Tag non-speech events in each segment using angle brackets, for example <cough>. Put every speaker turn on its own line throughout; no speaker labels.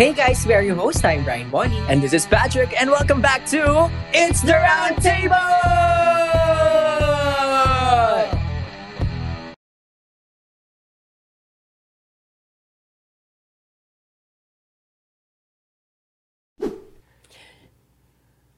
Hey guys, we're your host. I'm Brian Bonnie. And this is Patrick. And welcome back to It's the Round Table!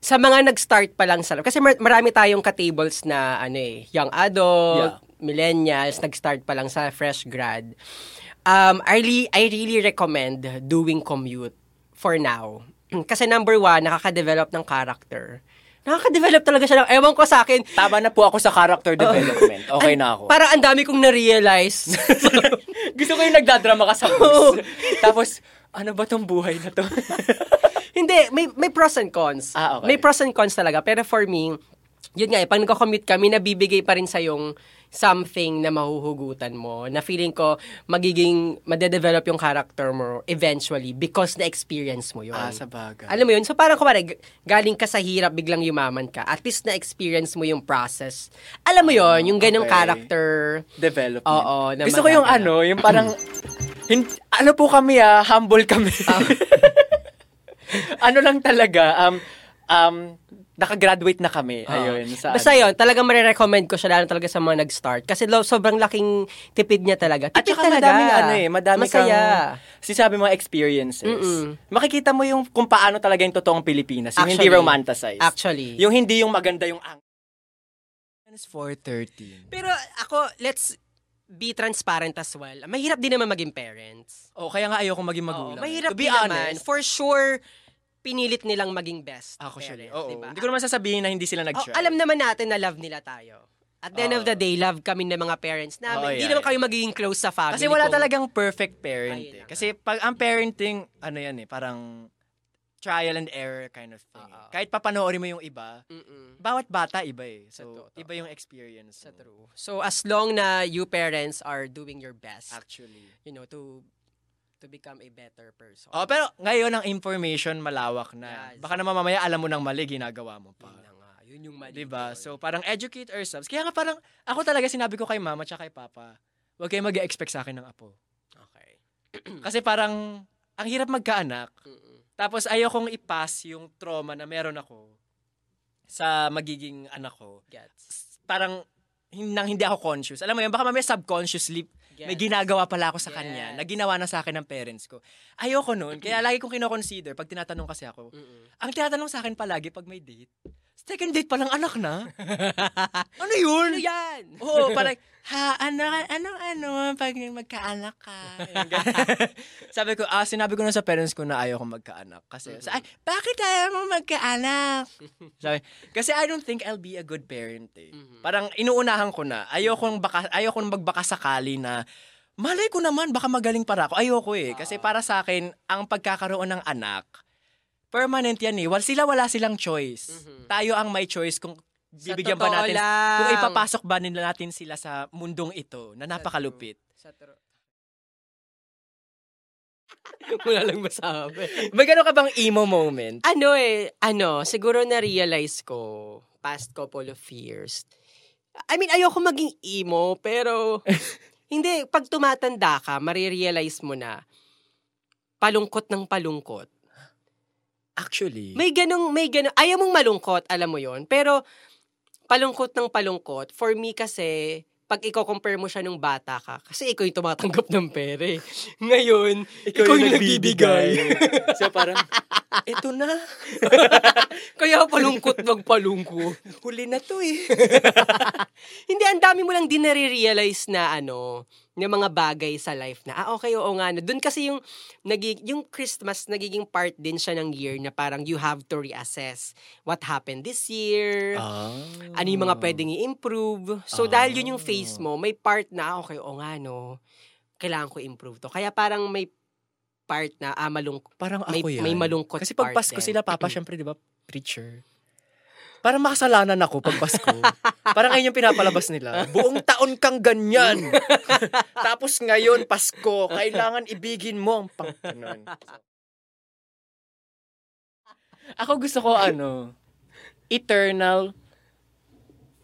sa mga nag-start pa lang sa kasi mar- marami tayong ka-tables na ano eh, young adult,
Yeah.
millennials, nag-start pa lang sa fresh grad. Um, I, really, I really recommend doing commute for now. <clears throat> Kasi number one, nakaka-develop ng character. Nakaka-develop talaga siya. ng- Ewan ko sa akin.
Tama na po ako sa character development. Okay na ako.
Para ang dami kong na-realize.
<laughs>
<laughs>
Gusto ko yung nagdadrama ka sa bus. Tapos, ano ba tong buhay na <laughs> to?
Hindi, may, may pros and cons.
Ah, okay.
May pros and cons talaga. Pero for me, yun nga, eh, pag nagko-commute kami, nabibigay pa rin sa yung something na mahuhugutan mo, na feeling ko magiging, madedevelop yung character mo eventually because na-experience mo yun.
Ah, sa bagay.
Alam mo yun? So parang kumari, g- galing ka sa hirap, biglang yumaman ka. At least na-experience mo yung process. Alam mo yun, yung ganong
okay.
character.
development.
Oo, na
Gusto ko yung
maganda.
ano, yung parang, <clears throat> hin- ano po kami ah, humble kami. <laughs> ano lang talaga, um, um, nakagraduate na kami. Ayun. Sa, ano,
Ah. Basta yun, talagang marirecommend ko siya lalo talaga sa mga nag-start. Kasi lo, sobrang laking tipid niya talaga. Tipid
At saka
talaga.
madaming ano eh, madami
Masaya.
kang sinasabi mga experiences.
Mm-mm.
Makikita mo yung kung paano talaga yung totoong Pilipinas, yung hindi
Actually.
romanticized.
Actually.
Yung hindi yung maganda yung ang... 4.13.
Pero ako, let's be transparent as well. Mahirap din naman maging parents.
Oh, kaya nga ayoko maging
Oo,
magulang.
mahirap
to be
din naman.
honest,
For sure, pinilit nilang maging best.
Ako siya.
parent,
Oo.
diba?
Hindi ko naman sasabihin na hindi sila
Oh,
nag-try.
alam naman natin na love nila tayo. At the end of
Oo.
the day, love kami ng mga parents namin.
Oo,
Hindi
yeah,
naman
yeah.
kami magiging close sa family.
Kasi wala
kung-
talagang perfect parent. eh.
Ayun na.
Kasi pag ang parenting, ano yan eh, parang trial and error kind of thing. eh.
Oo.
Kahit papanoorin mo yung iba,
Mm-mm.
bawat bata iba eh. So,
Totoo.
iba yung experience. mo,
Sa true. So as long na you parents are doing your best,
Actually.
you know, to to become a better person.
Oh, pero ngayon ang information malawak na.
Yes.
Baka naman mamaya alam mo ng mali, ginagawa mo pa.
Yun na nga. Yun yung mali.
'Di ba?
doon.
Diba? So parang educate ourselves. Kaya nga parang ako talaga sinabi ko kay mama tsaka kay papa, huwag kayo mag-expect sa akin ng apo.
okay. Hmm.
Kasi parang ang hirap magkaanak.
Mm-mm.
Tapos ayokong ipas yung trauma na meron ako sa magiging anak ko.
Gets.
S- Parang hin- nang hindi ako conscious. Alam mo yun, baka mamaya subconsciously
Gets.
may ginagawa pala ako sa kanya na
Yes.
ginawa na sa akin ng parents ko. Ayoko nun. Kaya lagi kong kinoconsider pag tinatanong kasi ako.
Mm-mm.
Ang tinatanong sa akin palagi pag may date, second date palang anak na? ano yun?
Ano yan?
<laughs> Oo, parang, ha, ano, ano, ano, pag magkaanak ka. <laughs> sabi ko, ah, sinabi ko na sa parents ko na ayaw ko magkaanak. Kasi,
Mhm.
sa- ay, bakit ayaw mo magkaanak? <laughs> sabi, kasi I don't think I'll be a good parent eh.
Mhm.
Parang inuunahan ko na, ayaw kong, baka, ayaw kong magbaka sakali na, malay ko naman, baka magaling para ako. Ayoko eh. Kasi
Ah.
para sa akin, ang pagkakaroon ng anak, permanent yan eh. Wal, sila wala silang choice.
Mhm.
Tayo ang may choice kung
Sa
bibigyan ba
totoo
natin
lang.
kung ipapasok ba nila natin sila sa mundong ito na napakalupit.
Sa true.
<laughs>
Wala lang masabi.
May gano'n ka bang emo moment?
ano eh, ano, siguro na-realize ko past couple of years. I mean, ayoko maging emo, pero hindi, pag tumatanda ka, marirealize mo na palungkot ng palungkot.
Actually.
May ganong, may ganong, ayaw mong malungkot, alam mo yon pero palungkot ng palungkot, for me kasi, pag i-compare mo siya nung bata ka, kasi ikaw yung tumatanggap ng pere. <laughs> Ngayon, ikaw, yung, nagbibigay.
so parang, eto na.
Kaya palungkot magpalungkot.
Huli na to eh.
Hindi, ang dami mo lang din nare-realize na ano, ng mga bagay sa life na, ah, okay, oo nga. No. Doon kasi yung, nagig- yung Christmas, nagiging part din siya ng year na parang you have to reassess what happened this year,
Ah.
ano yung mga pwedeng i-improve. So, dahil yun yung face mo, may part na, ah, okay, oo nga, no, kailangan ko improve to. Kaya parang may part na, ah, malungkot.
Parang
May,
ako yan.
may malungkot
Kasi pag
part
Pasko
din.
sila, Papa,
<clears throat>
syempre, di ba, preacher. Parang makasalanan ako pag
<laughs>
Pasko. Parang ayun yung pinapalabas nila. Buong taon kang
<laughs>
ganyan. Tapos ngayon, Pasko, kailangan ibigin mo ang pang... ganun. Ako gusto ko ano, eternal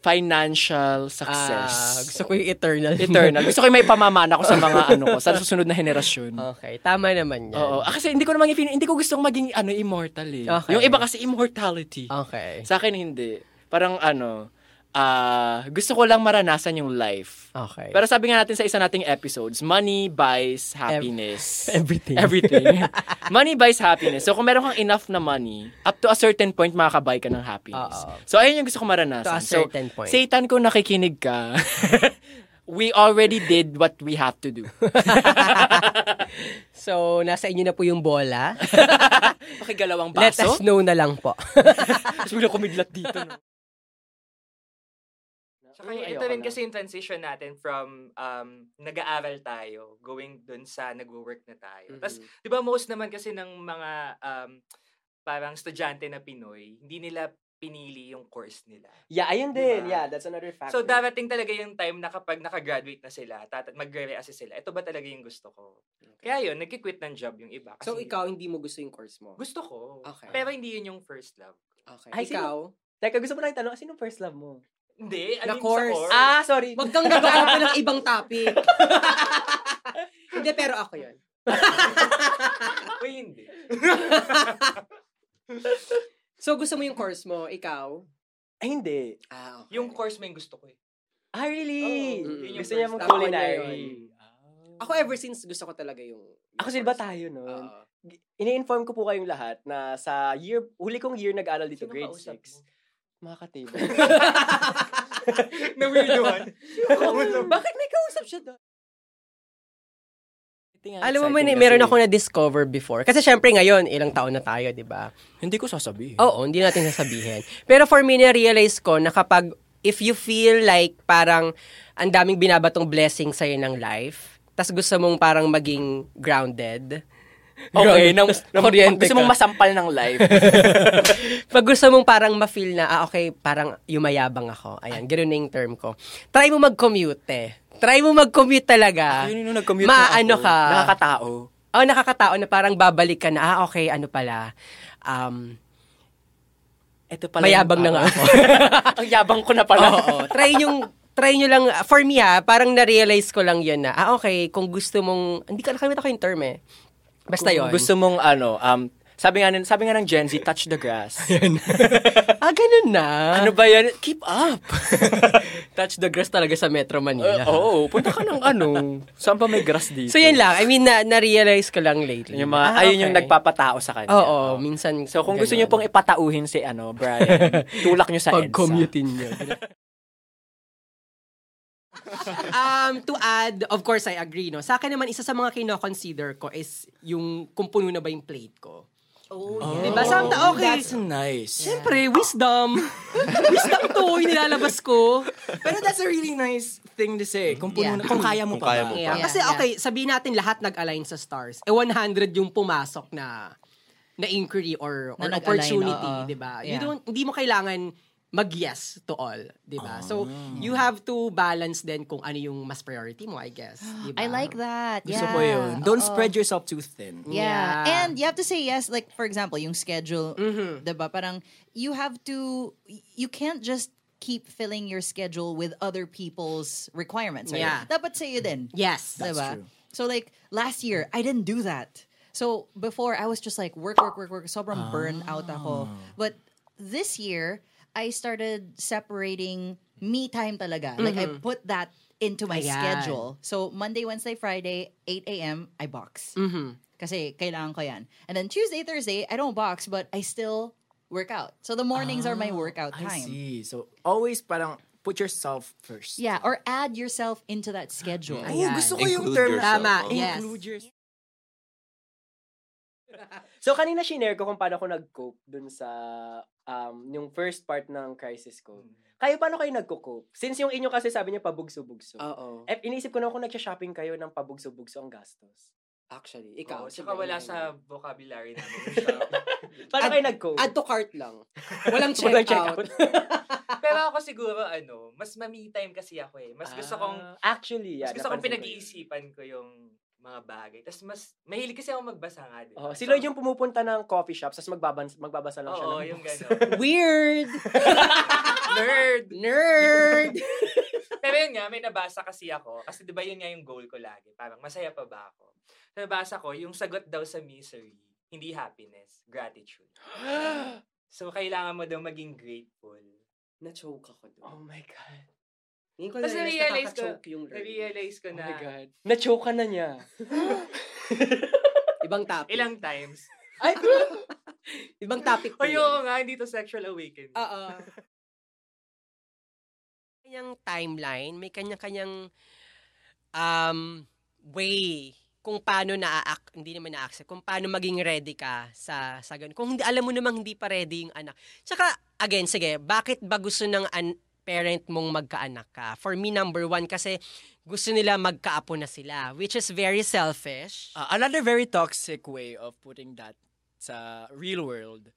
financial
Ah,
success.
gusto ko yung eternal.
Eternal. Gusto ko yung may pamamana ko sa mga ano ko, sa susunod na henerasyon.
<laughs> okay, tama naman yan.
Oo. Ah, kasi hindi ko naman, ipin- hindi ko gustong maging ano, immortal eh.
Okay.
Yung iba kasi immortality.
Okay.
<laughs> Sa akin hindi. Parang ano, ah, gusto ko lang maranasan yung life.
Okay.
Pero sabi nga natin sa isa nating episodes, money buys happiness.
<laughs> everything.
Everything.
<laughs>
money buys happiness. So kung meron kang enough na money, up to a certain point makakabuy ka ng happiness.
Oo.
So ayun yung gusto ko maranasan.
To a
So,
certain point.
Satan, kung nakikinig ka, <laughs> we already did what we have to do.
so, nasa inyo na po yung bola.
Pakigalawang
Let us
baso.
know na lang po.
Tapos bigla kumidlat dito.
<laughs>
No?
Saka ito
Eh, Ayoko
rin
na.
kasi yung transition natin from um, nag-aaral tayo, going dun sa nag-work na tayo. Tapos, di ba most naman kasi ng mga um, parang estudyante na Pinoy, hindi nila pinili yung course nila.
yeah, ayun
din. Yeah,
that's another factor.
So, darating talaga yung time na kapag nakagraduate na sila, tata- magre-reassess sila, ito ba talaga yung gusto ko? Kaya yun, nagkikwit ng job yung iba. Kasi
hindi mo gusto yung course mo?
Gusto ko.
Okay.
Pero hindi yun yung first love.
Okay.
Ay, sino- Teka, gusto mo lang itanong, sino first love mo?
Hindi, I
Na Ano
mean,
course.
sa course.
Ah, sorry.
Wag kang nag-aano pa ng <laughs> ibang topic. Hindi, pero ako yun.
Uy, hindi.
So, gusto mo yung course mo, ikaw?
Ay, hindi.
Ah, okay.
Yung course mo yung gusto ko eh.
Ah, really?
Oo, mm, yun yung
gusto niya
first
mong
love ko
culinary.
Ako ever since gusto ko talaga yung... yung
Ako silba
course.
tayo nun.
Oo.
Ini-inform ko po kayong lahat na sa year, huli kong year nag-aral dito,
Sino
grade
kausap
6.
mo?
Mga ka-table. <laughs>
na <laughs> weirdohan.
<laughs>
Bakit may kausap siya doon?
Alam mo man, meron ako na-discover before. Kasi syempre ngayon, ilang taon na tayo, di ba?
Hindi ko
Oh,
sasabihin.
Oo, hindi natin sasabihin. Pero for me, na-realize ko na kapag, if you feel like parang ang daming binabatong blessing sa'yo ng life, tas gusto mong parang maging grounded.
Okay, nang, nang
Kuryente
gusto
ka.
mong masampal ng <laughs> life.
Pag gusto mong parang ma-feel na, ah, okay, parang yumayabang ako. Ayan, ganun na yung term ko. Try mo mag-commute eh. Try mo mag-commute
Ah,
talaga.
Yun yung nag-commute na ako.
ano
Maano ka.
Nakakatao.
Oh, nakakatao na parang babalik ka na, ah, okay, ano pala, um,
Ito pala
mayabang na
yung
nga
<laughs>
tao.
ako.
Ang yabang ko na pala.
Oo, oo. try yung try nyo lang, for me ha, parang na-realize ko lang yun na, ah, okay, kung gusto mong, hindi ka nakamit ako yung term eh. Basta yun.
Gusto mong ano, um, sabi nga, nin- sabi nga ng Gen Z, touch the
<laughs>
grass.
ah, ganun na.
ano ba yan? Keep
<laughs>
up. <laughs>
touch the grass talaga sa Metro Manila.
Uh, Oo, punta ka ng ano. Saan ba may grass dito?
So yun lang, I mean, na, na-realize ko lang lately.
Yung mga,
Ah,
ayun
okay.
yung nagpapatao sa kanya.
Oo, oo, minsan
So kung gusto
ganun.
niyo pong ipatauhin si ano, Brian,
<laughs>
tulak niyo sa EDSA.
Pag-commuting niyo. <laughs> um, to add, of course, I agree, no? Sa akin naman, isa sa mga kino-consider ko is yung kung puno na ba yung plate ko.
Oh,
Oh,
Diba? Sometimes, okay.
That's nice.
Siyempre, <laughs> wisdom. wisdom to, yung nilalabas ko.
Pero that's a really nice thing to say. Kung, puno
Yeah.
na- kung kaya mo
Kung
pa.
kaya
ba?
mo pa.
Yeah,
Yeah,
Kasi okay, sabihin natin lahat nag-align sa stars. Eh 100 yung pumasok na na inquiry or, or
Na nag-align,
opportunity,
oo.
'di ba? You
Yeah.
don't hindi mo kailangan mag-yes to all, 'di ba? So
Ah.
you have to balance then kung ano yung mas priority mo, I guess, 'di ba?
I like that.
Gusto
yeah.
ko yun. Don't
Oo.
spread yourself too thin.
Yeah.
Yeah. Mm-hmm.
And you have to say yes. Like, for example, yung schedule, diba? Parang, you have to, you can't just keep filling your schedule with other people's requirements. Right?
Yeah.
Dapat sa'yo din.
Yes.
diba?
true.
So, like, last year, I didn't do that. So, before, I was just like, work, work, work, work. Sobrang burn
Ah.
out ako. But this year, I started separating me time talaga. Like, I put that into my
Ayan.
schedule. So, Monday, Wednesday, Friday, 8 a.m., I box.
Mhm.
Kasi kailangan ko yan. And then Tuesday, Thursday, I don't box, but I still work out. So the mornings are my workout
Ah, I
time.
see. So, always parang put yourself first.
Yeah, or add yourself into that schedule.
Oh,
Ayan.
gusto ko yung
Include
term
yourself.
na
Tama,
Oh.
yes.
include yourself.
<laughs> So kanina shinare ko kung paano ako nag-cope dun sa um, yung first part ng crisis ko.
Hmm.
Kayo, paano kayo nagko-cope? Since yung inyo kasi sabi niya pabugso-bugso.
Ah, Oo.
Eh, iniisip ko na kung nagsha-shopping kayo ng pabugso-bugso ang gastos.
Actually,
Ikaw,
ikaw.
Oh, tsaka
sige,
wala
ano
sa vocabulary namin.
<laughs> Paano
Add-
kayo nag-cope?
yun? Add to cart <laughs> lang. Walang check,
Walang
out.
checkout.
Pero ako siguro, ano, mas mami time kasi ako eh. Mas gusto kong,
Ah, actually, yeah,
mas gusto kong
napansin ko yun.
pinag-iisipan ko yung mga bagay. Tapos mas, mahilig kasi ako magbasa nga, di ba?
Oh, si Lloyd yung pumupunta ng coffee shop, tapos magbabans, magbabasa lang siya.
Oo,
ng
yung
books.
gano'n.
Weird!
Nerd!
Nerd!
Pero yun nga, may nabasa kasi ako. Kasi di ba yun nga yung goal ko lagi. Parang masaya pa ba ako? So, nabasa ko, yung sagot daw sa misery, hindi happiness,
<gasps>
gratitude. so, kailangan mo daw maging grateful.
Na-choke ako doon.
<laughs> Oh my God.
Ngayon ko
Tapos na-realize
na-realize
ko-
choke yung learning.
Na-realize ko
Oh
na
my God. Na-choke ka na niya.
Ibang topic.
ilang
<laughs>
times.
Ay, <laughs> Ibang topic. po
Ay,
yun.
oo nga, hindi to sexual awakening.
<laughs>
Oo. Kanyang timeline, may kanya-kanyang um, way kung paano na hindi naman na-accept, kung paano maging ready ka sa sa ganun. Kung hindi alam mo namang hindi pa ready yung anak. Tsaka again, sige, bakit ba gusto ng an- parent mong magkaanak ka? For me number one kasi gusto nila magkaapo na sila, which is very selfish.
Ah, another very toxic way of putting that sa real world.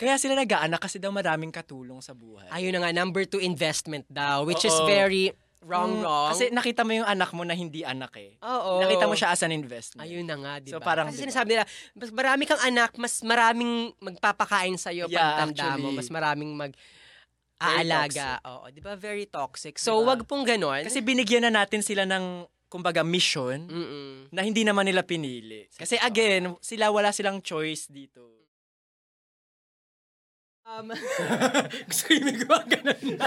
Kaya sila nag-aanak kasi daw maraming katulong sa buhay.
Ayun na nga number two investment daw, which is
Oo.
very wrong
Mm,
wrong.
Kasi nakita mo yung anak mo na hindi anak eh.
Oo.
Nakita mo siya as an investment.
Ayun na nga, di
So,
ba?
parang, di
Kasi
ba?
sinasabi nila, mas marami kang anak, mas maraming magpapakain sa'yo
Yeah,
pagtanda mo,
actually.
mas maraming mag
Very
aalaga. Oo, di ba? Very toxic.
Di
So,
ba?
wag pong ganon.
Kasi binigyan na natin sila ng, kumbaga,
Mm.
mission
Mm-mm.
na hindi naman nila pinili. Kasi again, sila wala silang choice dito.
Um, <laughs>
Gusto ko yung may gawa ganun na.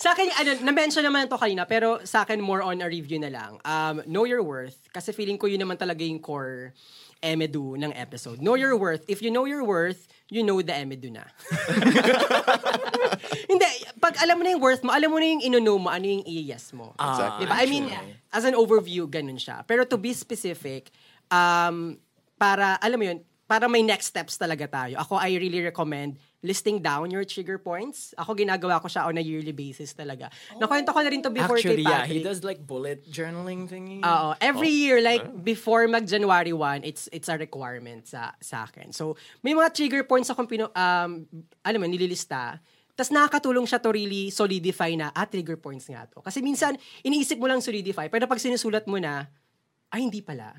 sa akin, ano, na-mention naman to kanina, pero sa akin, more on a review na lang. Um, know your worth, kasi feeling ko yun naman talaga yung core emedu ng episode. Know your worth. If you know your worth, you know the emedu na. <laughs> Hindi, pag alam mo na yung worth mo, alam mo na yung inono mo, ano yung i-yes mo.
Exactly.
Diba? I mean, as an overview, ganun siya. Pero to be specific, um, para, alam mo yun, para may next steps talaga tayo. Ako, I really recommend listing down your trigger points. Ako, ginagawa ko siya on a yearly basis talaga. Nakwento ko na rin to before
Actually,
kay
yeah,
Patrick. Ah,
he does like bullet journaling thingy.
Oo. Every year, like, before mag-January 1, it's it's a requirement sa, sa akin. So, may mga trigger points akong, pino, um, alam mo, nililista. Tapos nakakatulong siya to really solidify na, ah, trigger points nga to. Kasi minsan, iniisip mo lang solidify, pero pag sinusulat mo na, ay, hindi pala.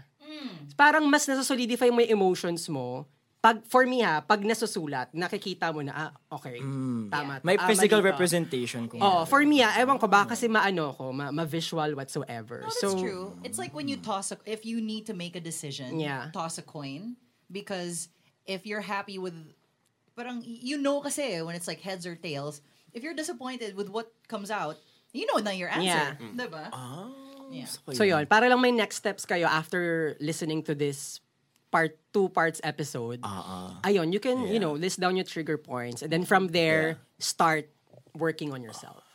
Parang mas nasa-solidify mo yung emotions mo. Pag, for me ha, pag nasusulat, nakikita mo na, ah, okay, tama.
May
tama
physical
dito.
representation. Kung
Oo, for me ah, ewan ko, baka kasi maano ko, ma- ma-visual whatsoever.
No, that's
so,
true. It's like when you toss a, if you need to make a decision,
Yeah.
toss a coin because if you're happy with parang you know kasi eh, when it's like heads or tails, if you're disappointed with what comes out, you know na your answer,
Yeah. Oh,
diba? Yeah.
So yun, para lang may next steps kayo after listening to this part two parts episode. Ayun, you can, you know, list down your trigger points and then from there start working on yourself.